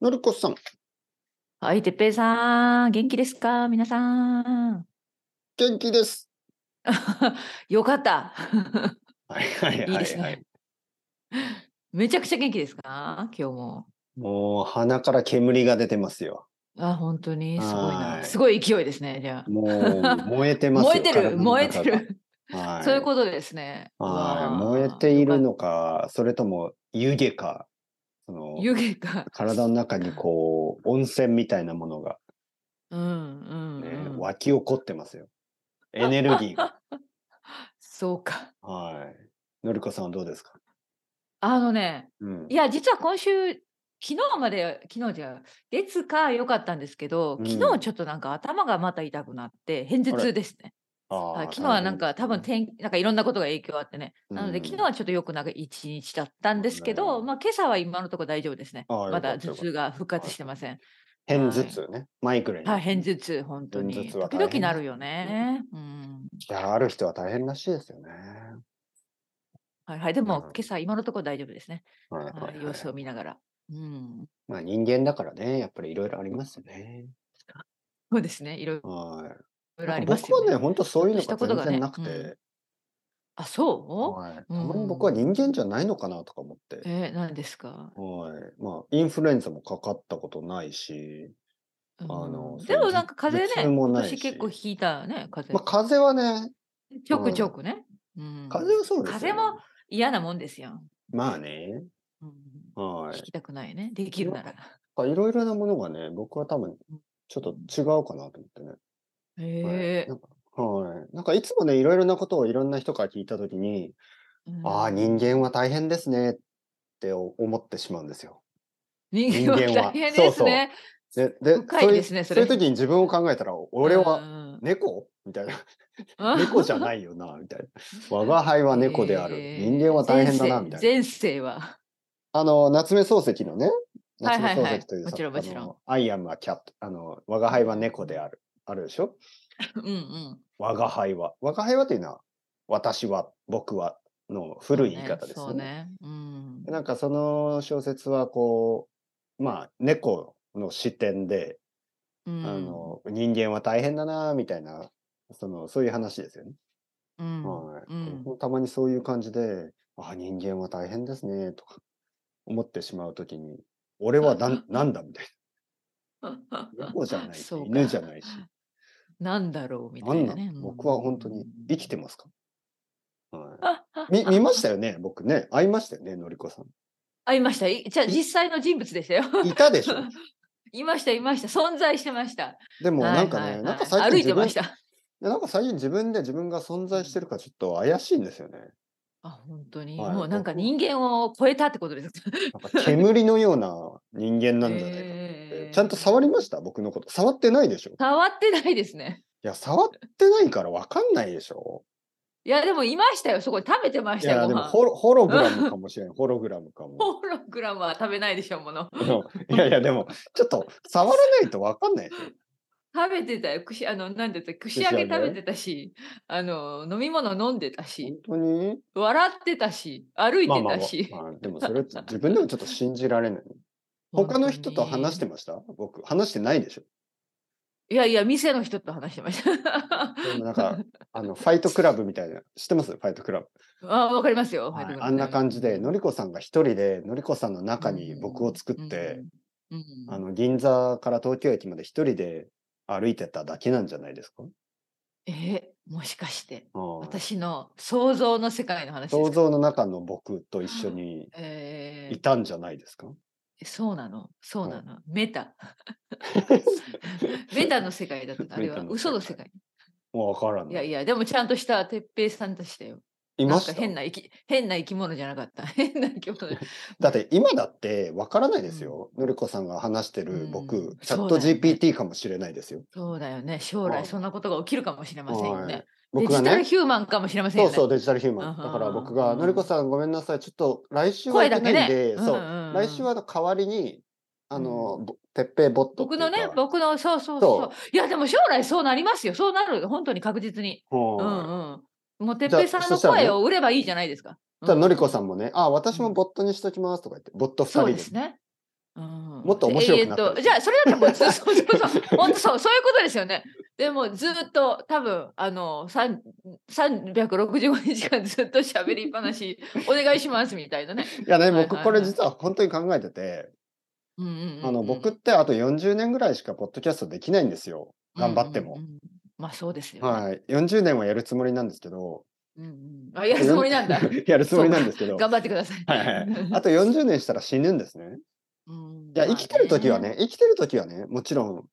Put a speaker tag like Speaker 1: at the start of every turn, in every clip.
Speaker 1: のりこさん。
Speaker 2: はい、てっぺいさん、元気ですか皆さん。
Speaker 1: 元気です。
Speaker 2: よかった。
Speaker 1: はいはい
Speaker 2: いいですね。めちゃくちゃ元気ですか今日も。
Speaker 1: もう鼻から煙が出てますよ。
Speaker 2: あ、本当にすごい
Speaker 1: は
Speaker 2: な。
Speaker 1: い
Speaker 2: すごい勢いですね。じゃあ。
Speaker 1: もう燃えてますよ。
Speaker 2: 燃えて
Speaker 1: 体
Speaker 2: る、
Speaker 1: の
Speaker 2: 燃え
Speaker 1: 中
Speaker 2: て
Speaker 1: が。
Speaker 2: る。
Speaker 1: はい。
Speaker 2: そういうことですね。
Speaker 1: はい。
Speaker 2: うわー
Speaker 1: 燃えている。のか、それとも湯気か、その
Speaker 2: 湯気が。
Speaker 1: 体の中にこう温泉みたいなものが、
Speaker 2: うんうん、
Speaker 1: ね
Speaker 2: うん
Speaker 1: 湧き起こってますよ。エネルギー が。
Speaker 2: そうか。
Speaker 1: はい。のりこさんはどうですか。
Speaker 2: あのね、
Speaker 1: うん
Speaker 2: い。や、実は今週、昨日まで、昨日じゃ、月か良かったんですけど
Speaker 1: う、ん
Speaker 2: 昨日ちょっとなんか頭がまた痛くなって、片頭
Speaker 1: あ
Speaker 2: 痛
Speaker 1: れ
Speaker 2: ですね。
Speaker 1: あー
Speaker 2: はい昨日はなんか多分
Speaker 1: 大変
Speaker 2: 天なんかいろんなことが影響あってね、なので
Speaker 1: うん
Speaker 2: 昨日はちょっとよくなんか一日だったんですけ
Speaker 1: そう
Speaker 2: ど、
Speaker 1: ね
Speaker 2: まあ今朝は今のところ大丈夫ですね。
Speaker 1: ああ
Speaker 2: ま
Speaker 1: よか
Speaker 2: だ
Speaker 1: ったよか
Speaker 2: 頭
Speaker 1: った
Speaker 2: 痛が復活してません。
Speaker 1: 片頭痛ね。マイグレーン。
Speaker 2: はい、偏頭痛本当
Speaker 1: 片
Speaker 2: に
Speaker 1: 頭痛は大
Speaker 2: 時
Speaker 1: 変
Speaker 2: 々なるよね。うん。
Speaker 1: いや、ある人は大変らしいですよね。
Speaker 2: はいはいで
Speaker 1: うん
Speaker 2: も今朝今のところ大丈夫ですね。
Speaker 1: はいはい
Speaker 2: は
Speaker 1: はい
Speaker 2: い、様子を見ながら。うん。
Speaker 1: まあ人間だからね、やっぱりいろいろありますよね。
Speaker 2: そうですね。いろい
Speaker 1: は
Speaker 2: ろあ
Speaker 1: い。
Speaker 2: ります
Speaker 1: 僕は
Speaker 2: よ
Speaker 1: ね、
Speaker 2: ね。
Speaker 1: 本当そういうの
Speaker 2: ち
Speaker 1: が
Speaker 2: ょっとしたこ
Speaker 1: 全
Speaker 2: とが
Speaker 1: 然
Speaker 2: ね
Speaker 1: なくて、
Speaker 2: あ、そう？
Speaker 1: はい、た
Speaker 2: うん
Speaker 1: まに僕は人間じゃないのかなとか思って、
Speaker 2: えー、何ですか。
Speaker 1: はい。まあ、インフルエンザもかかったことないし、
Speaker 2: うん
Speaker 1: の
Speaker 2: で
Speaker 1: そ
Speaker 2: も
Speaker 1: う
Speaker 2: なんか風
Speaker 1: 頭
Speaker 2: 邪ね、
Speaker 1: 痛も
Speaker 2: 今
Speaker 1: ないし
Speaker 2: 年結構引いたね、風
Speaker 1: まあ、
Speaker 2: 邪。
Speaker 1: 風邪はね、
Speaker 2: ちょくちょくね。うん
Speaker 1: 風邪はそうですよ、ね。
Speaker 2: 風邪も嫌なもんですよ。
Speaker 1: まあね、
Speaker 2: うん
Speaker 1: は
Speaker 2: 聞
Speaker 1: い。
Speaker 2: きたくないね。できるなら。
Speaker 1: まあいろいろなものがね、僕は多分、ちょっと違うかなと思ってね。
Speaker 2: へえ
Speaker 1: なんかはい。なんかいつもね、いろいろなことをいろんな人から聞いたときに、ああ、人間は大変ですねって思ってしまうんですよ。
Speaker 2: 人間
Speaker 1: 人間は
Speaker 2: は大変ですね。
Speaker 1: で、で
Speaker 2: 深いですね
Speaker 1: そう
Speaker 2: そ
Speaker 1: いう
Speaker 2: れ
Speaker 1: そういう時に自分を考えたら、俺
Speaker 2: う
Speaker 1: は
Speaker 2: ん
Speaker 1: 猫み たいな。
Speaker 2: うん
Speaker 1: 猫じゃないよな、み たいな。我が輩は猫である。
Speaker 2: えー
Speaker 1: 人間は大変だな、みたいな。
Speaker 2: 前世前世は。
Speaker 1: あの、夏目漱石のね、
Speaker 2: はい
Speaker 1: 夏目
Speaker 2: はいはい
Speaker 1: 漱石という
Speaker 2: もちろん
Speaker 1: 作
Speaker 2: もち
Speaker 1: 家
Speaker 2: ろん
Speaker 1: の、アイアムはキャット、あの、我が輩は猫である。あるでしょ
Speaker 2: うんうん。
Speaker 1: 我が輩は。我が輩はというのは、私は、僕はの古い言い方です
Speaker 2: そ
Speaker 1: よ
Speaker 2: う
Speaker 1: ね。
Speaker 2: ね。うん。
Speaker 1: なんかその小説はこうまあ猫の視点で、
Speaker 2: うん
Speaker 1: あの人間は大変だなみたいなそのそういう話ですよね。
Speaker 2: うん
Speaker 1: はい
Speaker 2: うん
Speaker 1: 僕もたまにそういう感じで「あ人間は大変ですね」とか思ってしまうときに「俺は なんなんだ」みたいな「猫じゃないし
Speaker 2: そうか
Speaker 1: 犬じゃないし
Speaker 2: なんだろうみた
Speaker 1: ないん
Speaker 2: な
Speaker 1: な
Speaker 2: ね。
Speaker 1: の僕は本当に生 きてますかはい、
Speaker 2: み
Speaker 1: み見ましたよね僕ね会いましたよねのりこさん。
Speaker 2: あ、いました。いじゃあ実際の人物でしたよ。
Speaker 1: いたでしょ
Speaker 2: いました、いました。存在してました。
Speaker 1: でもなんかね、
Speaker 2: はいはいはい
Speaker 1: なんか最近
Speaker 2: 歩い
Speaker 1: 自
Speaker 2: て
Speaker 1: 分
Speaker 2: ました。
Speaker 1: いやなんか最近自分で自分が存在してるかちょっと怪しいんですよね。
Speaker 2: あ、本当に、
Speaker 1: はい
Speaker 2: もうなんか
Speaker 1: 僕
Speaker 2: 人間を超えたってことですか。
Speaker 1: なんか煙のような人間なんじゃないかと思って。ちゃんと触りました僕のこと。触ってないでしょい
Speaker 2: 触ってないですね。
Speaker 1: や、触ってないからわかんないでし ょ
Speaker 2: いや、でもいましたよ。そこに食べてま
Speaker 1: い
Speaker 2: したよ。
Speaker 1: や、で
Speaker 2: ご
Speaker 1: も
Speaker 2: 飯
Speaker 1: ホロホログラムかもしれん。ホログラムかも。
Speaker 2: ホログラムは食べないでしょ、もの。
Speaker 1: でもいやいや、でもちょっと触らないとわかんないで しょ。
Speaker 2: 食べてたよ。串、あの、なんでた串揚
Speaker 1: 串揚
Speaker 2: げ
Speaker 1: げ
Speaker 2: 食べてたし、あの、飲み物飲んでた
Speaker 1: 本
Speaker 2: し、
Speaker 1: 当に
Speaker 2: 笑ってたし、歩い
Speaker 1: まあ
Speaker 2: て
Speaker 1: まあ
Speaker 2: た
Speaker 1: ま
Speaker 2: し。
Speaker 1: あ、まあでもそれ自分でもちょっと信じられない。他の人と話して
Speaker 2: ま
Speaker 1: ました僕、話してないでしょ。
Speaker 2: いやいや、店の人と話してました。
Speaker 1: でもなんか、あの、ファイトクラブみたいな。知ってますファイトクラブ。
Speaker 2: あ、わかりますよ。
Speaker 1: はい
Speaker 2: はい
Speaker 1: あんな感じで、のりこさんが一人で、のりこさんの中に僕を作って、、
Speaker 2: うんうんうん
Speaker 1: あの、銀座から東京駅まで一人で歩いてただけなんじゃないですか
Speaker 2: えーもしかして。
Speaker 1: はい
Speaker 2: 私の想像の世界の話ですか
Speaker 1: 想像の中の僕と一緒に
Speaker 2: え
Speaker 1: いたんじゃないですか
Speaker 2: ーそうなのそう
Speaker 1: は
Speaker 2: ないの、メタメタの世界だったあれ
Speaker 1: メタ
Speaker 2: は
Speaker 1: の世界
Speaker 2: 嘘の世界
Speaker 1: もうわからない。
Speaker 2: いやいやでもちゃんとした哲平さんでしたよ
Speaker 1: い
Speaker 2: な
Speaker 1: ま
Speaker 2: ん
Speaker 1: し
Speaker 2: か
Speaker 1: た
Speaker 2: 変な生き変な生き物じゃなかった 変な生き 物じゃ
Speaker 1: だって今だってわからないですよ。のりこさんが話してる僕、
Speaker 2: うん
Speaker 1: チャッ
Speaker 2: そ
Speaker 1: ト
Speaker 2: うだよね
Speaker 1: GPT かもしれないですよ。
Speaker 2: そうだよね将
Speaker 1: はい
Speaker 2: 来そんなことが起きるかもしれませんよね、
Speaker 1: はい
Speaker 2: デ
Speaker 1: 僕が
Speaker 2: ジタル
Speaker 1: ね、
Speaker 2: ヒューマンかもしれませ
Speaker 1: そ
Speaker 2: んよ
Speaker 1: う
Speaker 2: ね
Speaker 1: そう、デジタルヒューマ
Speaker 2: う
Speaker 1: ン。
Speaker 2: んうん
Speaker 1: だから僕が、のりこさんごめんなさい、ちょっと来週は
Speaker 2: 声
Speaker 1: 行け
Speaker 2: だ
Speaker 1: な
Speaker 2: け
Speaker 1: いん
Speaker 2: ね
Speaker 1: で、
Speaker 2: ん
Speaker 1: そ
Speaker 2: ん
Speaker 1: う、
Speaker 2: ん
Speaker 1: 来週はの代わりに、あの、ぼてっぺいボットって
Speaker 2: 僕
Speaker 1: いうか。
Speaker 2: のね僕のそうそうそう
Speaker 1: そう
Speaker 2: いやでも将来そうなりますよそうなる本当に確実にう
Speaker 1: は
Speaker 2: んうんもう哲平さん
Speaker 1: そ
Speaker 2: の
Speaker 1: したらね
Speaker 2: 声を売ればいいじゃないですか
Speaker 1: い。ただのりこさ
Speaker 2: ん
Speaker 1: んもね、あ、私もボットにしときますとか言って、ボット2人
Speaker 2: そう
Speaker 1: で。
Speaker 2: ですね。も
Speaker 1: もっと面白くなったんですよ
Speaker 2: じゃあそれだったらもうずそうそうそう本当そうそういうことですよね。でもずっと多分あのさん365日間ずっと喋りっぱなしお願いしますみたいなね。
Speaker 1: いやね、
Speaker 2: はいはい
Speaker 1: 僕、これ実は本当に考えてて、
Speaker 2: うんうんうん
Speaker 1: あの、僕ってあと40年ぐらいしかポッドキャストできないんですよ。頑張っても。
Speaker 2: うんうんうんまあそうですよ、ね。
Speaker 1: はい。40年はやるつもりなんですけど。
Speaker 2: うんうん、あやるつもりなんだ。
Speaker 1: やるつ もりなんですけど。
Speaker 2: 頑張ってください。
Speaker 1: はいはい。あと40年したら死ぬんですね。
Speaker 2: うん
Speaker 1: いや、生きてる時はね、。生きてる時はね、もちろん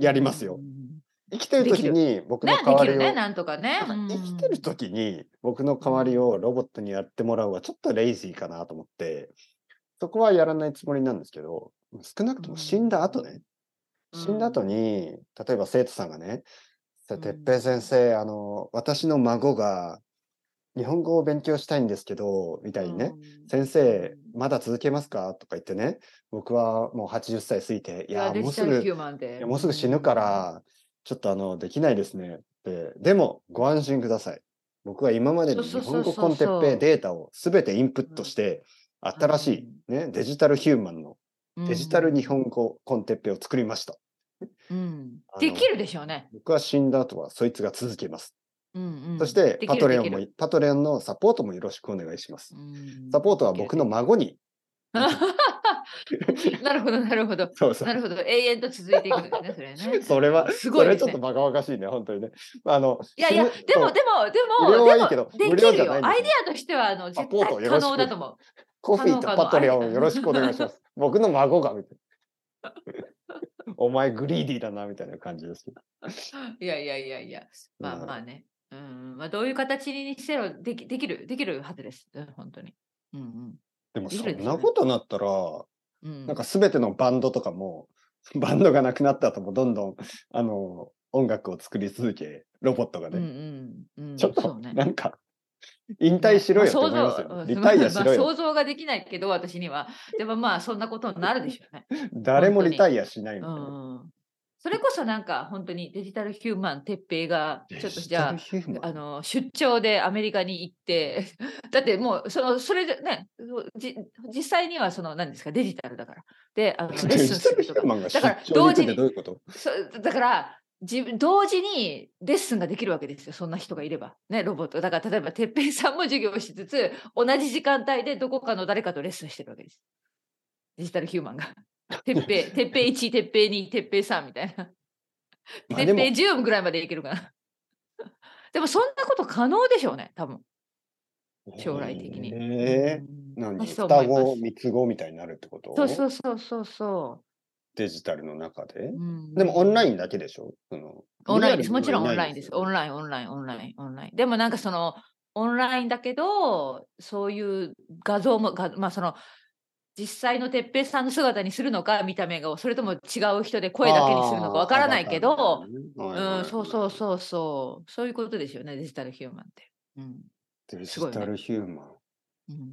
Speaker 1: やりますよ
Speaker 2: うん。
Speaker 1: 生きてる時に僕
Speaker 2: ね
Speaker 1: の、
Speaker 2: で
Speaker 1: 代わ
Speaker 2: き
Speaker 1: り
Speaker 2: る
Speaker 1: を、
Speaker 2: ね、なんとかね。うん
Speaker 1: 生きてる時に僕の代わりをロボットにやってもらうはちょっとレイジーかなと思って、そこはやらないつもりなんですけど、少なくとも死んだ後ね、死んだ後に、例えば生徒さんがね、さ
Speaker 2: うん
Speaker 1: てっぺい先生、あの、私の孫が日本語を勉強したいんですけど、みたいにね、
Speaker 2: うん
Speaker 1: 先生、まだ続けますかとか言ってね、僕はもう80歳過ぎて、い
Speaker 2: いや
Speaker 1: や、
Speaker 2: デ
Speaker 1: もう
Speaker 2: ジ
Speaker 1: す
Speaker 2: タルヒ
Speaker 1: ぐ、
Speaker 2: ューマンで
Speaker 1: いやもうすぐ死ぬか。ら、ちょっとあの、できないですね。で、でも、ご安心ください。僕は今までに日
Speaker 2: そうそう
Speaker 1: 本
Speaker 2: そうそ
Speaker 1: 語
Speaker 2: う
Speaker 1: コンテッペイデータをすべてインプットして、新しい、ね、デジタルヒューマンの
Speaker 2: うん
Speaker 1: デジタル日本語コンテッペイを作りました。
Speaker 2: うん
Speaker 1: あの
Speaker 2: できるでしょうね。
Speaker 1: 僕は死んだ後はそいつが続けます。
Speaker 2: うんうん
Speaker 1: そして、パトレオン。
Speaker 2: できるで
Speaker 1: も、パトレオンのサポートもよろしくお願いします
Speaker 2: き。るうん
Speaker 1: サポートは僕の孫に。
Speaker 2: なるほど、なるほど。
Speaker 1: そうそ
Speaker 2: な
Speaker 1: う。
Speaker 2: るほど。永遠と続いていくんですね、そ れね。
Speaker 1: それは、
Speaker 2: すご
Speaker 1: そ
Speaker 2: いで
Speaker 1: れ
Speaker 2: す
Speaker 1: ちょっ
Speaker 2: ね
Speaker 1: とバカバカしいね、本当にね。あの、
Speaker 2: いやいや、
Speaker 1: 死ぬ
Speaker 2: で
Speaker 1: そ
Speaker 2: も、
Speaker 1: う
Speaker 2: でも、で
Speaker 1: 無料は
Speaker 2: も、
Speaker 1: いいけ
Speaker 2: で
Speaker 1: ど
Speaker 2: も、で
Speaker 1: 無
Speaker 2: き
Speaker 1: 料
Speaker 2: る
Speaker 1: じゃないん
Speaker 2: よ。
Speaker 1: ですよ
Speaker 2: アイデアとしては、あの、絶
Speaker 1: サポートよろ
Speaker 2: 対可
Speaker 1: しく
Speaker 2: 能だと思う。
Speaker 1: コフィーと
Speaker 2: 可能可能
Speaker 1: パトレオ
Speaker 2: あ
Speaker 1: ン
Speaker 2: り
Speaker 1: よろしくお願いし ます。僕の孫が、みたいな。 お前グリーディーだな、みたいな感じですけど。
Speaker 2: いやいやいやいや、まあ
Speaker 1: うん
Speaker 2: まあね。うん、まあどういう形にせよできできるできるはずです。うん本当に。うん
Speaker 1: でも、
Speaker 2: でき
Speaker 1: そ
Speaker 2: るでしょ
Speaker 1: んなことなったら、
Speaker 2: うん。うん、
Speaker 1: なんか全てのバンドとかも、 バンドがなくなった後もどんどん、あの、音楽を作り続け、ロボットが
Speaker 2: うん
Speaker 1: ね、
Speaker 2: うんうん、
Speaker 1: ちょっ
Speaker 2: そ
Speaker 1: と、
Speaker 2: うね
Speaker 1: なんか、引退しろよって思いますよ、
Speaker 2: まあ想像
Speaker 1: リタイア
Speaker 2: うん
Speaker 1: しろ
Speaker 2: まあ
Speaker 1: よ。
Speaker 2: 想像ができないけど、私には。でもまあ、そんなことになるでしょ うね。
Speaker 1: 誰もリタイアしないうみたいな。
Speaker 2: ん。それこそなんか、本当にデジタルヒューマン鉄平が、ちょっとじゃあ
Speaker 1: デ、ジタルヒューマン
Speaker 2: あの出張でアメリカに行って、 だってもうそのそれでね、そうじ実際にはその何ですかデジタルだから。で、あのレッ
Speaker 1: デ
Speaker 2: スン
Speaker 1: ジタ
Speaker 2: す
Speaker 1: ル
Speaker 2: る
Speaker 1: ヒ
Speaker 2: と
Speaker 1: ュー
Speaker 2: か。
Speaker 1: マンが出
Speaker 2: だから
Speaker 1: 張に行くって
Speaker 2: 同時に
Speaker 1: どういうこと
Speaker 2: そうだから自分同時にレッスンができるわけですよ、そんな人がいれば。ね、ロボット。だから例えば、てっぺいさんも授業をしつつ、同じ時間帯でどこかの誰かとレッスンしてるわけです。デジタルヒューマン が。てっぺい、てっぺい1、てっぺい2、てっぺい3みたいな。
Speaker 1: まあ
Speaker 2: て
Speaker 1: で
Speaker 2: っ
Speaker 1: も
Speaker 2: ぺい10ぐらいまでいけるかな。 でもそんなこと可能でしょうね、多分。将来的に
Speaker 1: え
Speaker 2: うん
Speaker 1: ー、何
Speaker 2: 私そう
Speaker 1: 双
Speaker 2: 思います
Speaker 1: 子、三つ子みたいになるってこと
Speaker 2: そうそうそうそうそ
Speaker 1: デジタルの中で
Speaker 2: う。う。ん
Speaker 1: でもオンラインだけでしょその
Speaker 2: オンラインです。もちろんオン
Speaker 1: リア
Speaker 2: ラ
Speaker 1: ル
Speaker 2: イン
Speaker 1: に
Speaker 2: です。オンライン、オンライン、オンライン、オンライン。でもなんかその、オンラインだけど、そういう画像も、がまあその、実際の哲平さんの姿にするのか、見た目が、それとも違う人で声だけにするのかわからないけど、、うん、そうそう
Speaker 1: う。
Speaker 2: そうそう、そういうことですよね、デジタルヒューマンって。うん。
Speaker 1: デジ
Speaker 2: すごいね
Speaker 1: タルヒューマン。
Speaker 2: うん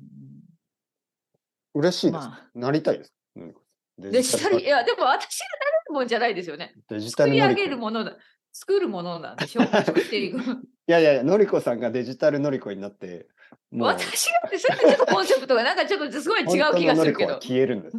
Speaker 1: 嬉し
Speaker 2: う
Speaker 1: い
Speaker 2: ん、
Speaker 1: です。
Speaker 2: まあ、
Speaker 1: なりたいです。何か
Speaker 2: デジタル、いや、でも私がなるもんじゃないですよね。
Speaker 1: デジタ
Speaker 2: 作
Speaker 1: ル
Speaker 2: り
Speaker 1: の
Speaker 2: 上
Speaker 1: りこ
Speaker 2: げるものだ、作るものなんでしょ作ってい
Speaker 1: い
Speaker 2: く。
Speaker 1: やいやいや、のりこさんがデジタルのりこになって、もう、
Speaker 2: 私がって、それってちょっとコンセプトがなんかちょっとすごい違う
Speaker 1: 本当
Speaker 2: 気
Speaker 1: の
Speaker 2: が
Speaker 1: の
Speaker 2: す
Speaker 1: り
Speaker 2: る
Speaker 1: こ
Speaker 2: けど
Speaker 1: は。消えるん です。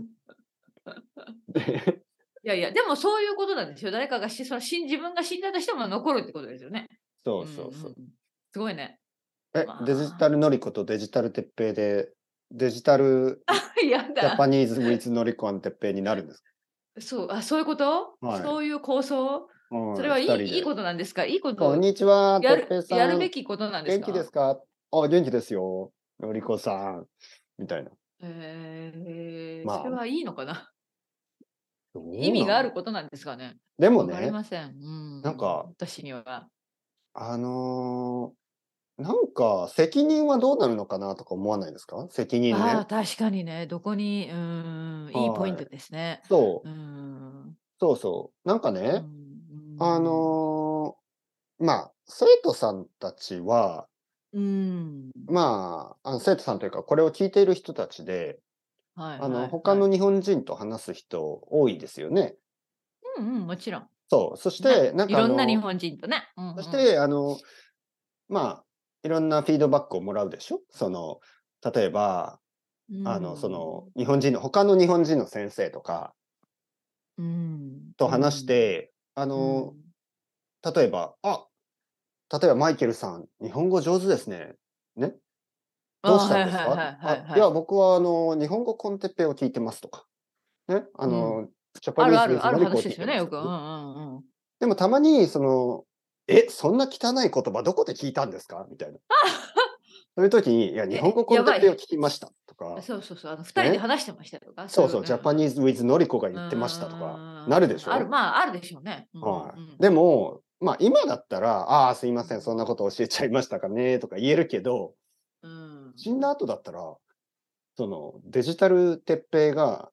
Speaker 1: で
Speaker 2: いやいや、でもそういうことなんですよ。誰かがし、その死ん自分が死んだとしても残るってことですよね。
Speaker 1: そうそうそう。
Speaker 2: んんん。すごいね。
Speaker 1: え
Speaker 2: ま、あ
Speaker 1: デジタルのりことデジタルてっぺいで、デジタル
Speaker 2: や
Speaker 1: ジャ
Speaker 2: だ
Speaker 1: パ。ニーズ・ウィズ・のりこんてっぺいになるんですか
Speaker 2: そう、あ、そういうこと、
Speaker 1: はい
Speaker 2: そういう構想
Speaker 1: うん
Speaker 2: それはい
Speaker 1: 二人で
Speaker 2: いいいことなんですかいいこ
Speaker 1: ことんにちは、
Speaker 2: や
Speaker 1: てっぺい
Speaker 2: る
Speaker 1: さん。
Speaker 2: やるべきことなんです
Speaker 1: 元
Speaker 2: か
Speaker 1: 気ですかあ、元気ですよ。のりこさん。みたいな。
Speaker 2: えー
Speaker 1: まあ
Speaker 2: それはいいのかな意味があることなんですかね
Speaker 1: でも
Speaker 2: わかり
Speaker 1: ね、
Speaker 2: ません。うん。
Speaker 1: なんか
Speaker 2: 私には。
Speaker 1: あのーなんか責任はどうなるのかなとか思わないですか責任
Speaker 2: ああ、
Speaker 1: ね。
Speaker 2: 確かにね、どこに、うん、いいポイントですね。
Speaker 1: そう
Speaker 2: う、ん。
Speaker 1: そうそう。なんか
Speaker 2: う
Speaker 1: ね、
Speaker 2: ん
Speaker 1: あ、のーまあ、生徒さんたちは、
Speaker 2: うん。
Speaker 1: まあ、あの生徒さんというか、これを聞いている人たちで、
Speaker 2: はい
Speaker 1: あ
Speaker 2: はい
Speaker 1: の、他
Speaker 2: は
Speaker 1: の
Speaker 2: い
Speaker 1: 日本人と話す人多いですよね。
Speaker 2: うんうん、もちろん。
Speaker 1: そう。そして、なん
Speaker 2: い
Speaker 1: かあ
Speaker 2: ろ
Speaker 1: の
Speaker 2: んな日本人とね。うんうん
Speaker 1: そして、あの、まあ、いろんなフィードバックをもらうでしょその、例えば、あのその日本人の他の日本人の先生とか
Speaker 2: うん
Speaker 1: と話し、て、あ
Speaker 2: う
Speaker 1: の
Speaker 2: ん
Speaker 1: 例えば「あ例えばマイケルさん日本語上手ですね」ねどうしたんです
Speaker 2: あはいはい
Speaker 1: か
Speaker 2: はいはい
Speaker 1: あいや僕はあの日本語コンテッペを聞いてますとか、ねあのジャパ
Speaker 2: あ
Speaker 1: ニ
Speaker 2: る
Speaker 1: ー
Speaker 2: あ
Speaker 1: ズミュージック
Speaker 2: るある
Speaker 1: を
Speaker 2: 話
Speaker 1: 聞
Speaker 2: で
Speaker 1: い
Speaker 2: す
Speaker 1: てま
Speaker 2: よね、よ
Speaker 1: す
Speaker 2: く。うんうんうん。
Speaker 1: でもたまにその「えそんな汚い言葉どこで聞いたんですか?」みたいな。そういう時に「いや日本語コンテッペを聞きました」とか。
Speaker 2: そうそうそう、あの二人で話してましたとか。
Speaker 1: そうそう、ジャパ
Speaker 2: ニ
Speaker 1: ニーズ・ウィズ・ノリコが言ってましたとか、なるでしょ
Speaker 2: ある、まあ、あるでしょうね。うん
Speaker 1: はい、でも、まあ今だったら、ああー、すいません、そんなこと教えちゃいましたかね、とか言えるけど、
Speaker 2: うん
Speaker 1: 死んだ後だったら、そのデジタル鉄平が、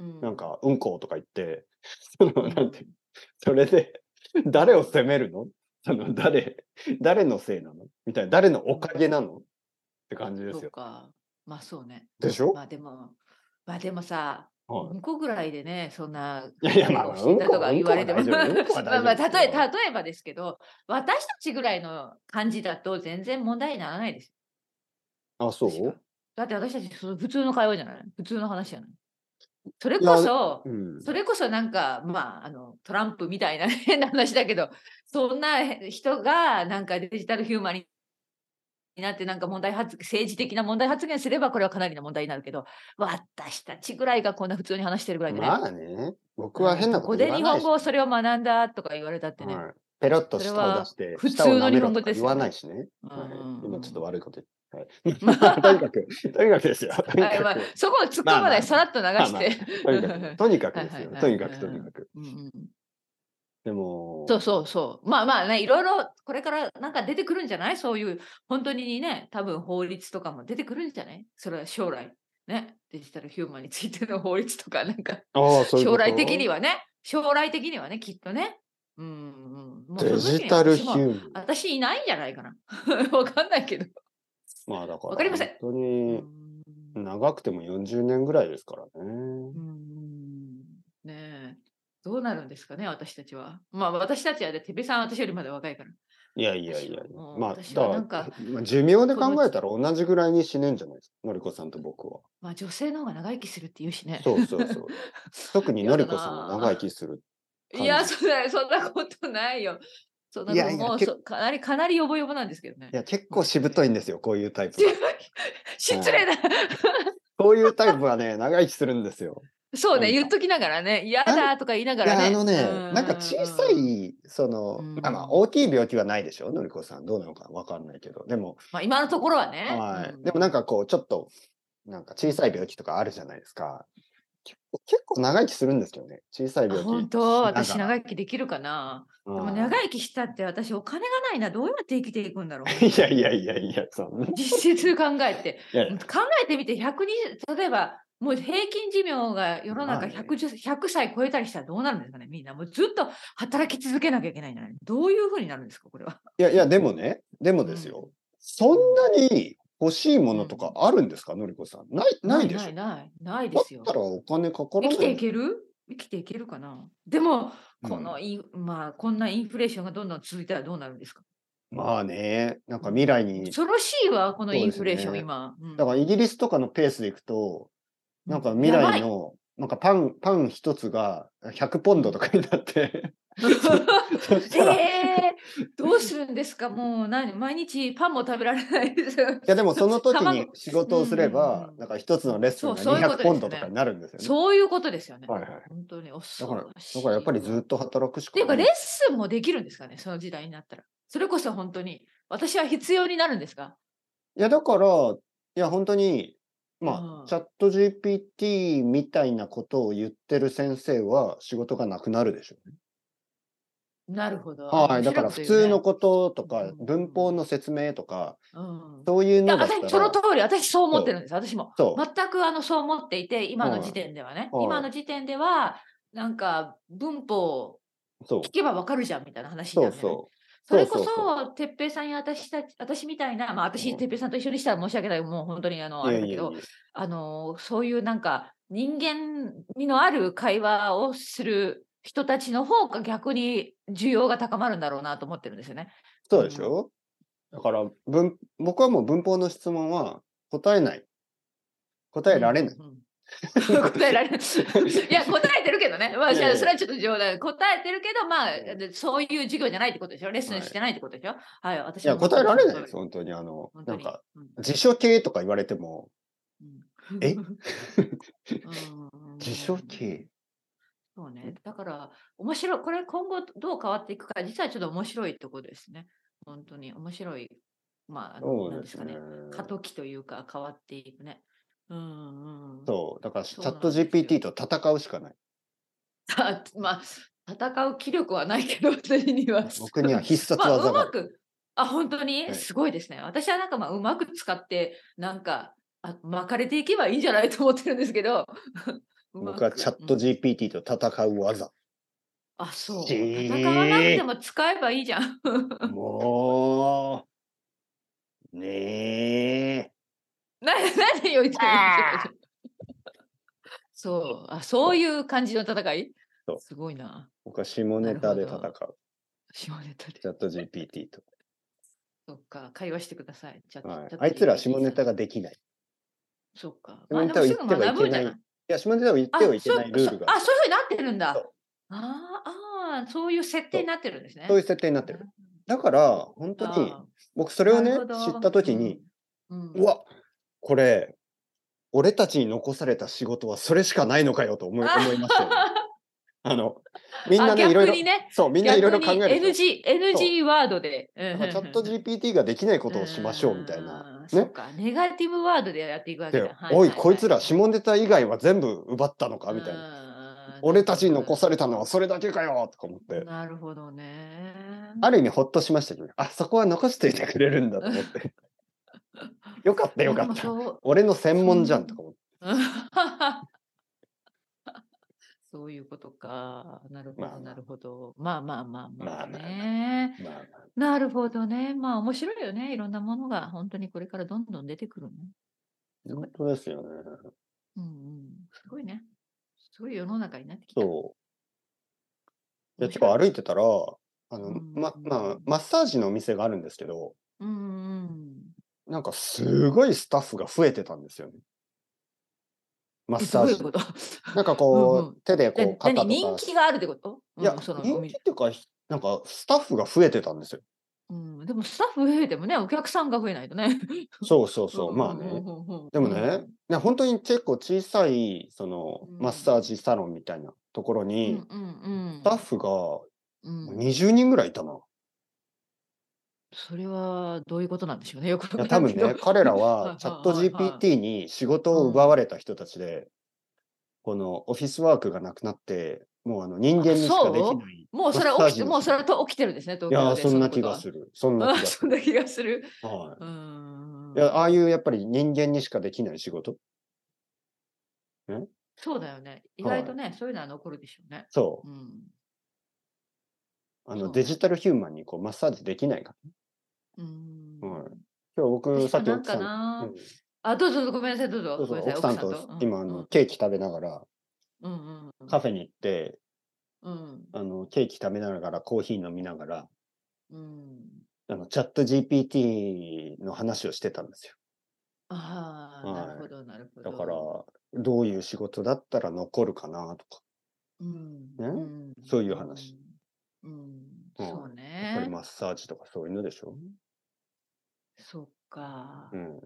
Speaker 2: うん
Speaker 1: なんか、うんこうとか言って、その、
Speaker 2: うん
Speaker 1: なんて、それで、誰を責めるのその、誰、誰のせいなのみたいな、誰のおかげなのって感じです
Speaker 2: そう
Speaker 1: よ。
Speaker 2: か。まあそうね。
Speaker 1: でしょ
Speaker 2: まあでも、まあでもさ、
Speaker 1: は
Speaker 2: うんこぐらいでね、そんな。
Speaker 1: い。いやいや、まあ、うん
Speaker 2: だと
Speaker 1: こ
Speaker 2: か
Speaker 1: は、うん
Speaker 2: 言
Speaker 1: こ
Speaker 2: わ
Speaker 1: は
Speaker 2: れて
Speaker 1: 大
Speaker 2: も、
Speaker 1: 丈夫。うんこは大丈夫
Speaker 2: まあまあ例え例えばですけど、私たちぐらいの感じだと全然問題にならないですよ。
Speaker 1: あ、そ
Speaker 2: 確か
Speaker 1: う
Speaker 2: だって私たちその普通の会話じゃない普通の話じゃないそれ
Speaker 1: いや
Speaker 2: こそ、
Speaker 1: うん。
Speaker 2: それこそなんか、まあ、あのトランプみたいな変な話だけど、そんな人がなんかデジタルヒューマンになってなんか問題発政治的な問題発言すればこれはかなりの問題になるけど、私たちぐらいがこんな普通に話してるぐらいでね。
Speaker 1: まあね、僕は変なこと
Speaker 2: こ
Speaker 1: 言
Speaker 2: こで
Speaker 1: わな
Speaker 2: 日
Speaker 1: い
Speaker 2: 本
Speaker 1: し
Speaker 2: 語をそれを学んだとか言われたってね。
Speaker 1: はい、ペロッと舌を出して、
Speaker 2: それは
Speaker 1: 舌を舐めろ
Speaker 2: 普通の日本語
Speaker 1: とか
Speaker 2: です
Speaker 1: 言
Speaker 2: よね
Speaker 1: わないしね。
Speaker 2: うん
Speaker 1: はい
Speaker 2: うんうん
Speaker 1: 今ちょっと悪いこと言って。はい、 とにかく、とにかくですよ。とにか
Speaker 2: はい
Speaker 1: く
Speaker 2: まあ、そこを突っ込ま
Speaker 1: まあま
Speaker 2: な
Speaker 1: あ
Speaker 2: い、さらっと流して。
Speaker 1: とにかく、とにかくです
Speaker 2: はい
Speaker 1: よ
Speaker 2: はい。はい
Speaker 1: とにかく、とにかく。
Speaker 2: うんうん
Speaker 1: でも、
Speaker 2: そうそうそう。まあまあね、いろいろこれからなんか出てくるんじゃないそういう、本当にね、多分法律とかも出てくるんじゃないそれは将来。ね、デジタルヒューマンについての法律とか、なんか、
Speaker 1: ああそういうこ
Speaker 2: 将
Speaker 1: と
Speaker 2: 来的にはね、将来的にはね、きっとね。うんうん。もうその
Speaker 1: デ
Speaker 2: 時には
Speaker 1: ジタルヒ
Speaker 2: 私も
Speaker 1: ューマン。
Speaker 2: 私いないんじゃないかな。 わかんないけど。
Speaker 1: まあだから、
Speaker 2: わかりません
Speaker 1: 本当
Speaker 2: う
Speaker 1: に、
Speaker 2: ん
Speaker 1: 長くても40年ぐらいですからね
Speaker 2: う。んねえ。どうなるんですかね、私たちは。まあ、私たちはね、てべさん、私よりまだ若いから。
Speaker 1: いやいやいや
Speaker 2: 私は。
Speaker 1: まあ、だ
Speaker 2: 私
Speaker 1: か
Speaker 2: は
Speaker 1: ら
Speaker 2: なんか
Speaker 1: まあ寿命で考えたら同じぐらいに死ぬんじゃないですか。のりこさんと僕は。
Speaker 2: まあ、女性の方が長生きするって言うしね。
Speaker 1: そうそう そう。特にのりこさんは長生きする。
Speaker 2: いや、そんな、そんなことないよ。そんなこと
Speaker 1: いやいや
Speaker 2: もう
Speaker 1: 結
Speaker 2: そかなり、かなりよぼよぼなんですけどね
Speaker 1: い。や、結構しぶといんですよ、こういうタイプは。
Speaker 2: 失礼だ。
Speaker 1: こういうタイプはね、長生きするんですよ。
Speaker 2: そう
Speaker 1: なん
Speaker 2: ね、
Speaker 1: か
Speaker 2: 言っときながらね、嫌だとか言いなが
Speaker 1: い
Speaker 2: ら
Speaker 1: や、
Speaker 2: ね。
Speaker 1: あのね
Speaker 2: う、
Speaker 1: なんか小さ。い、その
Speaker 2: うん、
Speaker 1: まあまあ、大きい病気はないでしょ、のりこさん。どうなのかわかんないけど。でも、
Speaker 2: まあ、今のところはね。
Speaker 1: はい。
Speaker 2: う
Speaker 1: でもなんかこう、ちょっと、なんか小さい病気とかあるじゃないですか。結構結構長生きするんですけどね、小さい
Speaker 2: あ
Speaker 1: 病気。
Speaker 2: 本当、私
Speaker 1: い。
Speaker 2: 長生きできるかな。
Speaker 1: う
Speaker 2: で
Speaker 1: ん
Speaker 2: も長生きしたって、私お金がないな、どうやって生きていくんだろ う。
Speaker 1: いやいやいやいや、そんな。い
Speaker 2: 実質考えて
Speaker 1: やい
Speaker 2: 考
Speaker 1: や
Speaker 2: えてみて120例えばもう平均寿命が世の中
Speaker 1: まあね
Speaker 2: 110, 100歳超えたりしたらどうなるんですかねみんなもうずっと働き続けなきゃいけないんじゃないどういうふうになるんですかこれは。
Speaker 1: いやいや、でもね、でもですよ。そんなに欲しいものとかあるんですか、のりこさん。ない、ないでしょ
Speaker 2: ないないない
Speaker 1: だ
Speaker 2: で
Speaker 1: っ
Speaker 2: すよ
Speaker 1: た。らお金かから
Speaker 2: 生
Speaker 1: ない。
Speaker 2: きていける生きていけるかなでも
Speaker 1: うん
Speaker 2: このイン、まあ、こんなインフレーションがどんどん続いたらどうなるんですか
Speaker 1: まあね、なんか未来に、
Speaker 2: 恐ろしいわこのインフレーショ
Speaker 1: そう
Speaker 2: ン、
Speaker 1: ですね
Speaker 2: 今。うん
Speaker 1: だからイギリスとかのペースでいくと、なんか未
Speaker 2: やば
Speaker 1: 来
Speaker 2: い
Speaker 1: の、なんかパン、パン一つが100ポンドとかになって、 そした ら、い
Speaker 2: えー、どうするんですかもう何毎日パンも食べられないです。
Speaker 1: やでもその時 に
Speaker 2: 卵
Speaker 1: 仕事をすれ
Speaker 2: うんうん
Speaker 1: ば
Speaker 2: う、ん
Speaker 1: なんか一つのレッスンが
Speaker 2: そうそういう
Speaker 1: 200
Speaker 2: ことです
Speaker 1: ポ
Speaker 2: ね
Speaker 1: ンドとかになるんですよね。
Speaker 2: そういうことですよね。
Speaker 1: はいはい。
Speaker 2: 本当に
Speaker 1: だ
Speaker 2: 恐
Speaker 1: から、
Speaker 2: ろしい。
Speaker 1: だからやっぱりずっと働くし
Speaker 2: っていう
Speaker 1: か
Speaker 2: か
Speaker 1: な
Speaker 2: レッ
Speaker 1: い。
Speaker 2: スンもできるんですかねその時代になったら。それこそ本当に私は必要になるんですか
Speaker 1: いやだから、いや本当に、ま
Speaker 2: うん
Speaker 1: あ、チャット GPT みたいなことを言ってる先生は仕事がなくなるでしょうね。
Speaker 2: なるほど。
Speaker 1: はい、だから普通のことと
Speaker 2: うん
Speaker 1: か
Speaker 2: うんうん
Speaker 1: 文法の説明とか、
Speaker 2: と。うん
Speaker 1: そういう
Speaker 2: い
Speaker 1: の
Speaker 2: や
Speaker 1: だったら
Speaker 2: 私その通り、私そう思ってるんです、私も。
Speaker 1: そう
Speaker 2: 全くあのそう思っていて、今
Speaker 1: は
Speaker 2: の
Speaker 1: い
Speaker 2: 時点ではね、
Speaker 1: はい
Speaker 2: 今の時点では、なんか文法
Speaker 1: そう
Speaker 2: 聞けばわかるじゃんみたいな話に
Speaker 1: そ
Speaker 2: な
Speaker 1: う
Speaker 2: るじゃない
Speaker 1: そ
Speaker 2: それこ
Speaker 1: そうそう
Speaker 2: そ、哲平さんや私たち、私みたいな、まあ
Speaker 1: う
Speaker 2: 私、
Speaker 1: ん
Speaker 2: 哲平さんと一緒にしたら申し訳ない、もう本当にあの、
Speaker 1: う。
Speaker 2: あ
Speaker 1: いや
Speaker 2: れ
Speaker 1: い
Speaker 2: だ
Speaker 1: や
Speaker 2: け
Speaker 1: いや
Speaker 2: ど、あの、そういうなんか、人間味のある会話をする人たちの方が逆に需要が高まるんだろうなと思ってるんですよね。
Speaker 1: そうでしょ、だから文僕はもう文法の質問は答えない。答えられない。
Speaker 2: うん うん答えられない。 いや、答えてるけどね。ま あ、
Speaker 1: いやいや
Speaker 2: それはちょっと冗談。答えてるけど、まあ
Speaker 1: え、
Speaker 2: そういう授業じゃないってことでしょ。レッスンしてないってことでしょ。はい、私
Speaker 1: いや、
Speaker 2: も
Speaker 1: 答えられないです、本当に。あの、な
Speaker 2: 本当
Speaker 1: ん
Speaker 2: に
Speaker 1: か、、
Speaker 2: うん
Speaker 1: 辞書系とか言われても、
Speaker 2: うん
Speaker 1: え
Speaker 2: うん
Speaker 1: 辞書系
Speaker 2: そうね。だから、面白い、これ今後どう変わっていくか、実はちょっと面白いところですね。本当に面白い、まああ
Speaker 1: そ
Speaker 2: の、
Speaker 1: う
Speaker 2: なん
Speaker 1: で
Speaker 2: ですすか
Speaker 1: ね
Speaker 2: ね。。過渡期というか、変わっていくね。うんうん。
Speaker 1: そう、だからチ
Speaker 2: そ
Speaker 1: ャ
Speaker 2: うなん
Speaker 1: ット
Speaker 2: ですよ
Speaker 1: GPT と戦うし かない。
Speaker 2: あ まあ、戦う気力はないけど、 私には。
Speaker 1: 僕には必殺
Speaker 2: まあ、
Speaker 1: 技
Speaker 2: う
Speaker 1: がある。
Speaker 2: まく、あ、本当に、
Speaker 1: はい
Speaker 2: すごいですね。私はなんか、まあ、うまく使って、なんか、あ巻かれていけばいいんじゃないと思ってるんですけど。 うまく
Speaker 1: 僕はチャット
Speaker 2: うん
Speaker 1: GPT と戦う技。
Speaker 2: あ、そう。
Speaker 1: じー
Speaker 2: 戦わなくても使えばいいじゃん。
Speaker 1: もう、ねえ。
Speaker 2: な、 何よ、いつも
Speaker 1: あー
Speaker 2: そう、あ、そういう感じの戦い
Speaker 1: そう
Speaker 2: すごいな。
Speaker 1: 僕は下ネタで戦
Speaker 2: なる
Speaker 1: う。
Speaker 2: 下ネタで。
Speaker 1: チャット GPT と。
Speaker 2: そっか、会話してください。チャット
Speaker 1: はい
Speaker 2: チャット
Speaker 1: あいつら
Speaker 2: GPT さん
Speaker 1: 下ネタができない。い
Speaker 2: そっか。
Speaker 1: 下ネタを言ってはいけない
Speaker 2: まあでもすぐ学ぶんじゃない
Speaker 1: や、下ネタを言ってはいけないルールが
Speaker 2: あ
Speaker 1: あ
Speaker 2: そ
Speaker 1: る。
Speaker 2: うあ、そういうふうになってるんだ。あ
Speaker 1: そう
Speaker 2: ーあー、そういう設定になってるんですね。
Speaker 1: そういう
Speaker 2: う
Speaker 1: 設定になってる。だから、本当に、僕そ
Speaker 2: そ
Speaker 1: れをね、知ったときに、、
Speaker 2: うんうん
Speaker 1: うわこれ、俺たちに残された仕事はそれしかないのかよと思い
Speaker 2: あ
Speaker 1: 思いま したよね。あの、みんな
Speaker 2: あ
Speaker 1: ね、いろいろ
Speaker 2: 逆に、ね、
Speaker 1: そう、みんないろいろ考えるでし
Speaker 2: NG、NG ワードで。チ
Speaker 1: ょ。だからチャット GPT ができないことをしましょうみたいな。
Speaker 2: そっか、ネガティブワードでやっていくわけ
Speaker 1: で、
Speaker 2: だ。
Speaker 1: おい、こいつら下ネタ以外は全部奪ったのかみたいな。
Speaker 2: な
Speaker 1: 俺たちに残されたのはそれだけかよとか思って。
Speaker 2: なるほどね。
Speaker 1: ある意味ほっとしましたけど、あそこは残していてくれるんだと思っ て。よかったよかっ
Speaker 2: で
Speaker 1: た。
Speaker 2: もそう
Speaker 1: 俺の専門じゃんとか思って。
Speaker 2: そういうことか。なるほ
Speaker 1: まあま
Speaker 2: ど、
Speaker 1: あ
Speaker 2: なるほど。まあまあまあま
Speaker 1: まあ
Speaker 2: あ
Speaker 1: まあ
Speaker 2: ね。
Speaker 1: まあまあ
Speaker 2: なるほどね。まあ面白いよね。いろんなものが本当にこれからどんどん出てくるね。
Speaker 1: 本当ですよね。
Speaker 2: うんうん。すごいね。すごい世の中になってきた。
Speaker 1: そう。で、
Speaker 2: 面
Speaker 1: ち
Speaker 2: 白
Speaker 1: ょっと
Speaker 2: い
Speaker 1: 歩いてたら、あ
Speaker 2: う
Speaker 1: の、
Speaker 2: ん
Speaker 1: ま、まあ、マッサージのお店があるんですけど、
Speaker 2: うんうん
Speaker 1: なんかすごいスタッフが増えてたんですよね。マ
Speaker 2: う
Speaker 1: ッ
Speaker 2: ん。
Speaker 1: サ
Speaker 2: どう
Speaker 1: ー
Speaker 2: いう
Speaker 1: ジ。
Speaker 2: こと
Speaker 1: なんかこう、
Speaker 2: うんうん
Speaker 1: 手でこ
Speaker 2: で
Speaker 1: う、肩と
Speaker 2: 何
Speaker 1: か。
Speaker 2: 人気があるってこと
Speaker 1: いや、
Speaker 2: うんそのお
Speaker 1: 人気
Speaker 2: 店
Speaker 1: っていうか、なんかスタッフが増えてたんですよ。
Speaker 2: うん、でもスタッフ増えてもね、お客さんが増えないとね。
Speaker 1: そうそう そう。
Speaker 2: ん
Speaker 1: まあ
Speaker 2: うんう
Speaker 1: ね
Speaker 2: ん。うんうん
Speaker 1: でもね、ね本当に結構小さい、その、
Speaker 2: うん
Speaker 1: マッサージサロンみたいなところ
Speaker 2: う
Speaker 1: に
Speaker 2: ん、うんうん、
Speaker 1: スタッフが
Speaker 2: うん、
Speaker 1: 20人ぐらいいたな。
Speaker 2: それはどういうことなんでしょうね、よくわ
Speaker 1: い
Speaker 2: か
Speaker 1: や
Speaker 2: んな
Speaker 1: 多
Speaker 2: い
Speaker 1: 分
Speaker 2: けど
Speaker 1: ね、彼ら
Speaker 2: はいは
Speaker 1: はいチャット
Speaker 2: はいはい
Speaker 1: GPT に仕事を奪われた人たちで、このオフィスワークがなくなって、もうあの人間にしかでき
Speaker 2: そ
Speaker 1: ない。
Speaker 2: もうそれ
Speaker 1: マッサー
Speaker 2: 起き
Speaker 1: ジ
Speaker 2: て、
Speaker 1: の
Speaker 2: もうそれと起きてるんですね、東
Speaker 1: いやー、
Speaker 2: 京で
Speaker 1: そんな気が
Speaker 2: る。
Speaker 1: する。そん
Speaker 2: あ
Speaker 1: な気
Speaker 2: ー
Speaker 1: がす
Speaker 2: そんな気がする。
Speaker 1: る。は
Speaker 2: うーん
Speaker 1: い。いや、ああいうやっぱり人間にしかできない仕事。
Speaker 2: そうだよね。意外とね、そういうのは残るでしょうね。
Speaker 1: そうう。
Speaker 2: ん
Speaker 1: あ
Speaker 2: そう
Speaker 1: の
Speaker 2: ね
Speaker 1: デジタルヒューマンにこうマッサージできないから。
Speaker 2: うーん
Speaker 1: はい今日僕、
Speaker 2: 私
Speaker 1: さ
Speaker 2: は
Speaker 1: っき
Speaker 2: なん
Speaker 1: 奥さ
Speaker 2: か
Speaker 1: ん、
Speaker 2: な、
Speaker 1: うん
Speaker 2: あ、どうぞどうぞ、ごめんなさい、どうぞ。
Speaker 1: そうそう
Speaker 2: ごめんな
Speaker 1: 奥
Speaker 2: さ
Speaker 1: さ
Speaker 2: い
Speaker 1: んと
Speaker 2: うん
Speaker 1: 今あの、ケーキ食べながら
Speaker 2: うんうんうん、
Speaker 1: カフェに行って、
Speaker 2: うん
Speaker 1: あのケーキ食べながらコーヒー飲みながら、
Speaker 2: うん、
Speaker 1: あのチャット GPT の話をしてたんですよ。
Speaker 2: ああ、
Speaker 1: はい
Speaker 2: なるほど、なるほど。
Speaker 1: だから、どういう仕事だったら残るかなとか、
Speaker 2: う
Speaker 1: ね
Speaker 2: んうん
Speaker 1: そういう話。
Speaker 2: うん、
Speaker 1: うん
Speaker 2: そう
Speaker 1: やっぱり
Speaker 2: ね。
Speaker 1: マッサージとかそういうのでしょ。
Speaker 2: そっか
Speaker 1: う。ん、